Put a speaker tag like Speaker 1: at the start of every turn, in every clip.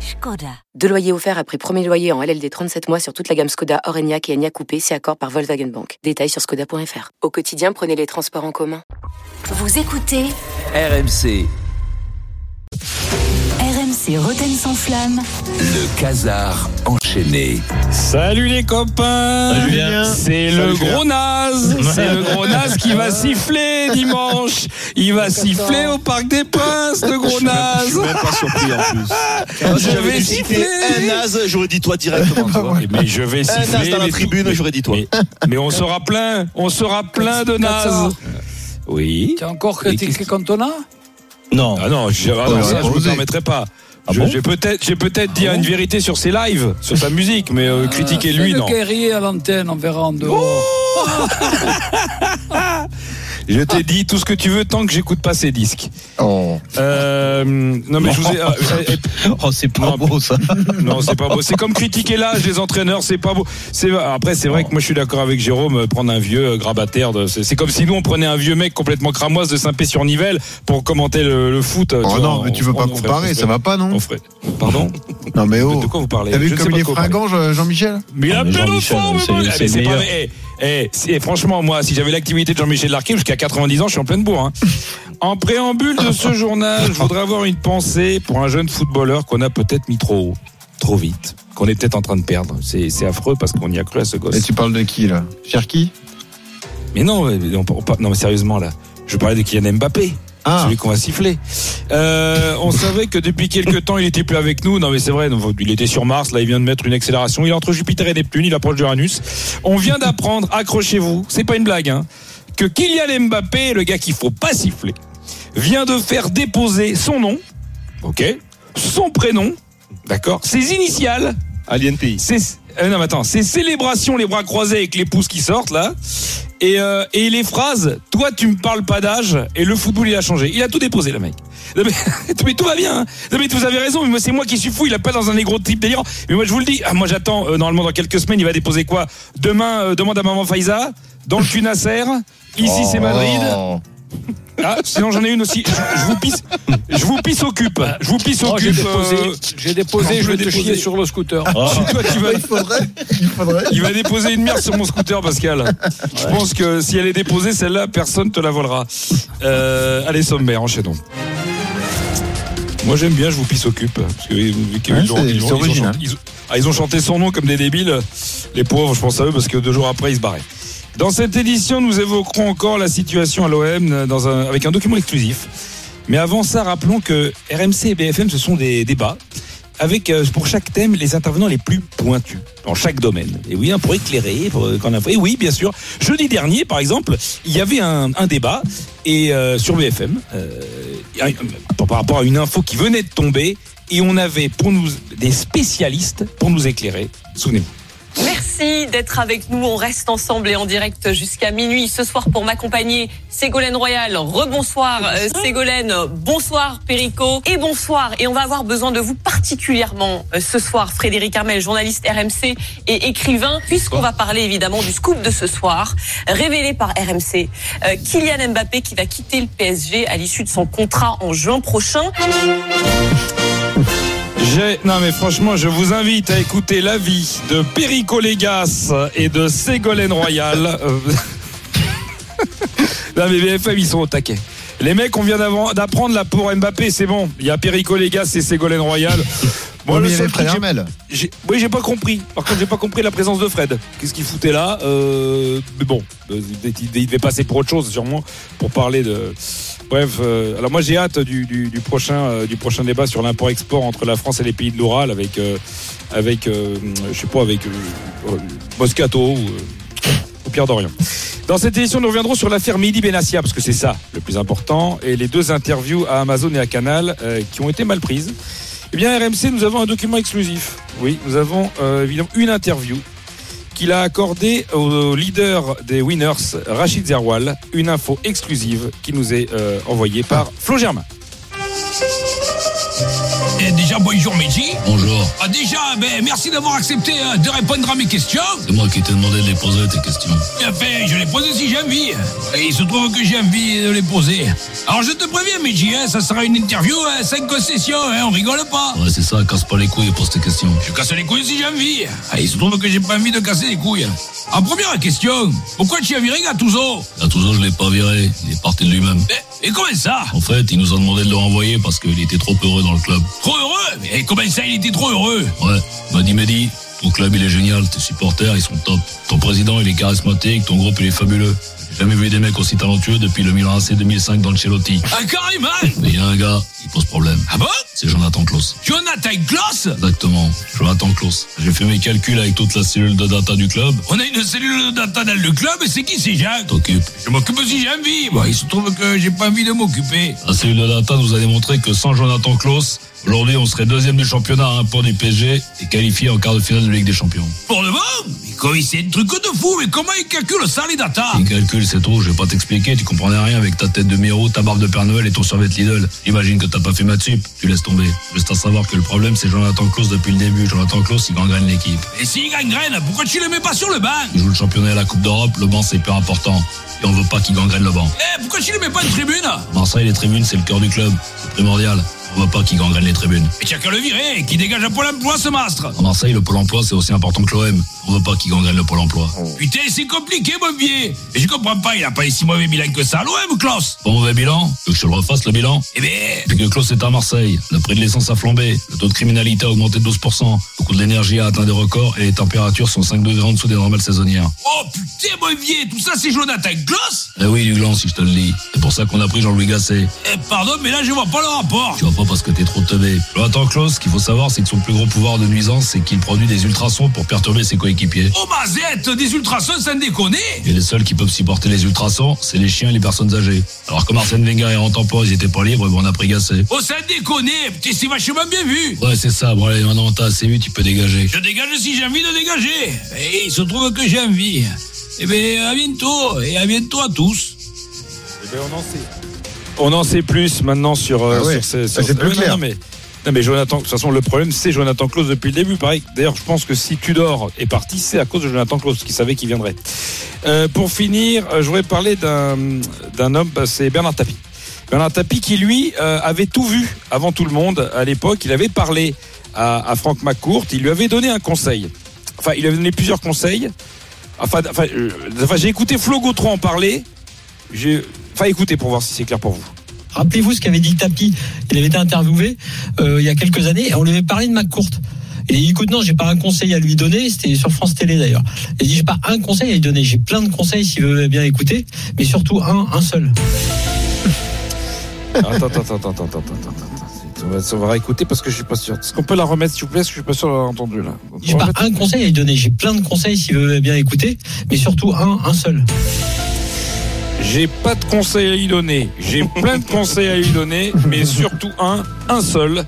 Speaker 1: Skoda. Deux loyers offerts après premier loyer en LLD 37 mois sur toute la gamme Skoda, Orenia et Enya Coupé, c'est accord par Volkswagen Bank. Détails sur skoda.fr. Au quotidien, prenez les transports en commun.
Speaker 2: Vous écoutez
Speaker 3: RMC,
Speaker 2: RMC Roten sans flamme.
Speaker 3: le casar enchaîné.
Speaker 4: Salut les copains C'est le gros naze C'est le gros naze qui va siffler dimanche Il va siffler au Parc des Princes, le gros naze
Speaker 5: pas surpris en plus.
Speaker 4: Je vais siffler
Speaker 5: un as, j'aurais dit toi directement. tu vois.
Speaker 4: Mais je vais
Speaker 5: Un as
Speaker 4: siffler
Speaker 5: dans la
Speaker 4: mais-
Speaker 5: tribune,
Speaker 4: mais-
Speaker 5: j'aurais dit toi.
Speaker 4: Mais, mais on sera plein On sera plein de nazes Oui
Speaker 6: T'es encore critiqué Cantona
Speaker 5: Non.
Speaker 4: Ah non, je, ah non,
Speaker 5: Oh,
Speaker 4: ça, je me
Speaker 5: osé.
Speaker 4: permettrai pas
Speaker 5: Ah
Speaker 4: Je-
Speaker 5: bon
Speaker 4: J'ai peut-être j'ai peut-être dit une vérité sur ses lives, sur sa musique, mais euh, critiquer lui,
Speaker 6: Fais
Speaker 4: non.
Speaker 6: Le guerrier à l'antenne, on verra en dehors.
Speaker 4: Je t'ai dit tout ce que tu veux tant que j'écoute pas ses disques.
Speaker 7: Oh,
Speaker 4: Euh, non mais je vous ai, euh, euh,
Speaker 7: c'est
Speaker 4: pas beau,
Speaker 7: ça.
Speaker 4: non c'est pas beau. C'est comme critiquer l'âge des entraîneurs, c'est pas beau. C'est après c'est vrai que moi je suis d'accord avec Jérôme. euh, Prendre un vieux euh, grabataire, de- c'est c'est comme si nous on prenait un vieux mec complètement cramoise de Saint-Pé-sur-Nivelle pour commenter le, le foot. euh,
Speaker 7: Oh non, mais tu veux pas comparer, ça va pas, non
Speaker 4: Pardon
Speaker 7: Non, mais
Speaker 4: De
Speaker 7: oh.
Speaker 4: quoi vous parlez
Speaker 7: T'as
Speaker 4: Je
Speaker 7: vu
Speaker 4: ne
Speaker 7: comme
Speaker 4: sais
Speaker 7: il est
Speaker 4: pas de quoi vous parlez.
Speaker 7: fringant, Jean- Jean-Michel
Speaker 4: Mais il a
Speaker 8: mais
Speaker 4: plein de
Speaker 8: Jean-Michel,
Speaker 4: forme,
Speaker 8: c'est-
Speaker 4: mon gars.
Speaker 8: c'est
Speaker 4: Mais c'est
Speaker 8: le
Speaker 4: pas
Speaker 8: meilleur.
Speaker 4: vrai. Eh, eh, si- eh, franchement, moi, si j'avais l'activité de Jean-Michel Larquet, jusqu'à 90 ans, je suis en pleine bourre. hein. En préambule de ce journal, je voudrais avoir une pensée pour un jeune footballeur qu'on a peut-être mis trop haut, trop vite, qu'on est peut-être en train de perdre. C'est c'est affreux parce qu'on y a cru à ce gosse.
Speaker 7: Et tu parles de qui, là Cherki
Speaker 4: Mais non, mais on- on par- non, mais sérieusement, là, je parlais de Kylian Mbappé.
Speaker 7: Ah,
Speaker 4: Celui qu'on va siffler. Euh, on savait que depuis quelques temps, il était plus avec nous. Non, mais c'est vrai. donc, Il était sur Mars. Là, il vient de mettre une accélération. Il est entre Jupiter et Neptune. Il approche d'Uranus. On vient d'apprendre, accrochez-vous, c'est pas une blague, hein, que Kylian Mbappé, le gars qu'il faut pas siffler, vient de faire déposer son nom, ok, son prénom, d'accord, ses initiales,
Speaker 5: Alien Pays.
Speaker 4: ses, euh, non, mais attends, ses célébrations, les bras croisés avec les pouces qui sortent là, et, euh, et les phrases, toi tu me parles pas d'âge, et le football il a changé. Il a tout déposé le mec. Non, mais, mais tout va bien. hein. Non, mais vous avez raison, mais moi, c'est moi qui suis fou, il a pas dans un négro type délirant. Mais moi je vous le dis, ah, moi j'attends, euh, normalement dans quelques semaines, il va déposer quoi Demain, euh, demande à maman Faiza, dans le cul Nasser, ici c'est Madrid.
Speaker 7: Oh.
Speaker 4: Ah, sinon j'en ai une aussi. Je, je vous pisse, je vous pisse au cup. Je vous pisse au
Speaker 6: Oh, J'ai
Speaker 4: cup.
Speaker 6: déposé,
Speaker 4: euh,
Speaker 6: j'ai déposé,
Speaker 4: non,
Speaker 6: je vais
Speaker 4: je
Speaker 6: te
Speaker 4: l'ai
Speaker 6: chier
Speaker 4: déposé.
Speaker 6: sur le scooter.
Speaker 7: Ah.
Speaker 4: toi, tu vas-
Speaker 7: Il faudrait, il faudrait.
Speaker 4: Il va déposer une merde sur mon scooter, Pascal. Je pense que si elle est déposée, celle-là, personne te la volera. Euh, allez, sommaire, enchaînons. Moi, j'aime bien, je vous pisse occupe. Parce que, vu qu'ils
Speaker 7: Ouais,
Speaker 4: ont-
Speaker 7: c'est-
Speaker 4: ils
Speaker 7: c'est
Speaker 4: ont- ils ont
Speaker 7: original.
Speaker 4: chanté- ils ont- ah, ils ont chanté son nom comme des débiles. Les pauvres, je pense à eux, parce que deux jours après, ils se barraient. Dans cette édition, nous évoquerons encore la situation à l'OM dans un- avec un document exclusif. Mais avant ça, rappelons que RMC et BFM, ce sont des débats avec euh, pour chaque thème les intervenants les plus pointus dans chaque domaine. Et oui, hein, pour éclairer, pour, euh, qu'on a- et oui, bien sûr. Jeudi dernier, par exemple, il y avait un, un débat et euh, sur BFM euh, il y a- par- par rapport à une info qui venait de tomber et on avait pour nous des spécialistes pour nous éclairer. Souvenez-vous.
Speaker 9: Merci d'être avec nous. On reste ensemble et en direct jusqu'à minuit ce soir pour m'accompagner. Ségolène Royal, rebonsoir euh, Ségolène, bonsoir Perico et bonsoir. Et on va avoir besoin de vous particulièrement euh, ce soir, Frédéric Armel, journaliste RMC et écrivain, puisqu'on va parler évidemment du scoop de ce soir, révélé par RMC, euh, Kylian Mbappé qui va quitter le PSG à l'issue de son contrat en juin prochain.
Speaker 4: J'ai- Non mais franchement, je vous invite à écouter l'avis de Perico Légas et de Ségolène Royal. Euh, non mais BFM, ils sont au taquet. Les mecs, on vient d'avant- d'apprendre la pour Mbappé, c'est bon. Il y a Perico Légas et Ségolène Royal. Moi,
Speaker 7: Bon,
Speaker 4: le
Speaker 7: il y
Speaker 4: seul
Speaker 7: avait
Speaker 4: truc,
Speaker 7: Fred
Speaker 4: j'ai-
Speaker 7: Hermel.
Speaker 4: j'ai- oui, j'ai pas compris. Par contre, j'ai pas compris la présence de Fred. Qu'est-ce qu'il foutait là Euh, Mais bon, euh, il il devait passer pour autre chose, sûrement, pour parler de. Bref, euh, alors moi j'ai hâte du, du- du prochain, euh, du prochain débat sur l'import-export entre la France et les pays de l'Oural avec, euh, avec euh, je sais pas, avec euh, euh, Moscato ou, euh, ou Pierre Dorian. Dans cette édition, nous reviendrons sur l'affaire Midi Benassia, parce que c'est ça le plus important, et les deux interviews à Amazon et à Canal euh, qui ont été mal prises. Eh bien, RMC, nous avons un document exclusif. Oui, nous avons euh, évidemment une interview
Speaker 10: qu'il a accordé au leader des winners, Rachid Zerwal, une info exclusive qui nous est euh, envoyée par Flo Germain.
Speaker 4: Eh, déjà, bonjour Mehdi. Bonjour. Ah, déjà, ben, merci d'avoir accepté euh, de répondre à mes questions. C'est moi qui t'ai demandé de les poser, tes questions. Bien fait, je les pose si j'ai envie. Et il se trouve que j'ai envie de les poser. Alors, je te préviens, Mehdi, hein, ça sera une interview hein, sans concession, hein, on rigole pas. Ouais, c'est ça, casse pas les couilles pour tes questions. Je casse les couilles si j'ai envie. Ah, il se trouve que j'ai pas envie de casser les couilles. En première question, pourquoi tu as viré Gattuso Eh, Gattuso, je l'ai pas viré. Il est parti de lui-même. Et, comment ça En fait, il nous a demandé de le renvoyer parce qu'il était trop heureux dans le club. Trop heureux Mais comment ça, il était trop heureux Ouais, m'a dit Mehdi, ton club il est génial, tes supporters ils sont top. Ton président il est charismatique, ton groupe il est fabuleux. J'ai jamais vu des mecs aussi talentueux depuis le Milan AC 2005 dans le Celotti. Ah carrément Mais il y a un gars, il pose problème. Ah bon C'est Jonathan Klaus. Jonathan Klaus Exactement, Jonathan Klaus. J'ai fait mes calculs avec toute la cellule de data du club. On a une cellule de data dans le club et c'est qui c'est Jacques T'occupes. Je m'occupe si j'ai envie. Bah, il se trouve que j'ai pas envie de m'occuper. La cellule de data nous a démontré que sans Jonathan Klaus, Aujourd'hui, on serait deuxième du championnat à un point du PSG et qualifié en quart de finale de Ligue des Champions. Pour le moment Mais comment il- c'est un truc de fou, mais comment il calcule ça, les data Il calcule, c'est tout, je vais pas t'expliquer, tu comprenais rien avec ta tête de Miro, ta barbe de Père Noël et ton survêt Lidl. Imagine que t'as pas fait match sup, tu laisses tomber. Juste à savoir que le problème, c'est Jonathan Klaus depuis le début. Jonathan Klaus, il gangrène l'équipe. Et s'il gangrène, pourquoi tu le mets pas sur le banc Il joue le championnat et la Coupe d'Europe, le banc, c'est hyper important. Et on veut pas qu'il gangrène le banc. Eh, pourquoi tu le mets pas une tribune Marseille, les tribunes, c'est le cœur du club. C'est primordial. On voit pas qui gangrène les tribunes. Et tiens qu'à le virer, qui dégage un pôle emploi ce mastre En Marseille, le pôle emploi c'est aussi important que l'OM. On veut pas qui gangrène le pôle emploi. Putain, c'est compliqué mon vieil Et je comprends pas, il a pas eu si mauvais bilan que ça l'OM, Klaus Pas mauvais bilan Tu veux que je te le refasse le bilan Eh ben Depuis que Klaus est à Marseille, le prix de l'essence a flambé, le taux de criminalité a augmenté de 12%, le coût de l'énergie a atteint des records et les températures sont 5 degrés en dessous des normales saisonnières. Oh putain mon vieil Tout ça c'est Jonathan Klaus Eh oui, du gland si je te le dis. C'est pour ça qu'on a pris Jean-Louis Gasset. Eh pardon, mais là je vois pas le rapport. Tu vois pas parce que t'es trop teubé. Jonathan Klaus, ce qu'il faut savoir, c'est que son plus gros pouvoir de nuisance, c'est qu'il produit des ultrasons pour perturber ses coéquipiers. Oh mazette, des ultrasons sans déconner Et les seuls qui peuvent supporter les ultrasons, c'est les chiens et les personnes âgées. Alors comme Arsène Wenger est en temps ils étaient pas libres, ben on a pris Gasset. Oh sans déconner, putain c'est vachement bien vu Ouais c'est ça, bon allez, maintenant t'as assez vu, tu peux dégager. Je dégage si j'ai envie de dégager. Et il se trouve que j'ai envie. Eh bien, à bientôt, et à bientôt à tous.
Speaker 10: Eh On en ben, sait plus maintenant sur, euh,
Speaker 7: Ah ouais.
Speaker 10: sur ces- sur-
Speaker 7: c'est plus
Speaker 10: Ouais, non,
Speaker 7: clair.
Speaker 10: non, mais, non, mais Jonathan, de toute façon, le problème, c'est Jonathan Claus depuis le début. Pareil, d'ailleurs, je pense que si Tudor est parti, c'est à cause de Jonathan Claus qui savait qu'il viendrait. Euh, pour finir, euh, je voudrais parler d'un d'un homme, bah, c'est Bernard Tapie. Bernard Tapie qui, lui, euh, avait tout vu avant tout le monde à l'époque. Il avait parlé à, à Franck McCourt, il lui avait donné un conseil. Enfin, il lui avait donné plusieurs conseils. Enfin, enfin, euh, enfin, j'ai écouté Flo Gautreau en parler. J'ai- Enfin, écoutez pour voir si c'est clair pour vous.
Speaker 11: Rappelez-vous ce qu'avait dit Tapi. Il avait été interviewé euh, il y a quelques années et on lui avait parlé de McCourt. Et il dit écoute, non, j'ai pas un conseil à lui donner. C'était sur France Télé d'ailleurs. Il dit j'ai pas un conseil à lui donner. J'ai plein de conseils s'il veut bien écouter, mais surtout un, un seul.
Speaker 10: Attends, attends, attends, attends, attends, attends, attends, attends. On va, on va réécouter parce que je suis pas sûr. Est-ce qu'on peut la remettre, s'il vous plaît Parce que je suis pas sûr de l'avoir entendu là.
Speaker 11: J'ai pas un conseil à lui donner. J'ai plein de conseils s'il veut bien écouter, mais surtout un, un seul.
Speaker 10: J'ai pas de conseils à lui donner. J'ai plein de conseils à lui donner, mais surtout un, un seul.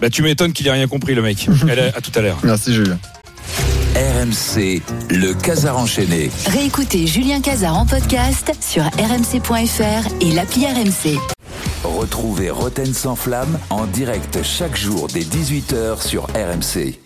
Speaker 10: Bah, tu m'étonnes qu'il ait rien compris, le mec. Allez, à tout à l'heure.
Speaker 7: Merci, Julien.
Speaker 12: RMC, le Casar enchaîné.
Speaker 2: Réécoutez Julien Cazard en podcast sur rmc.fr et l'appli RMC.
Speaker 12: Retrouvez Roten sans flamme en direct chaque jour dès 18h sur RMC.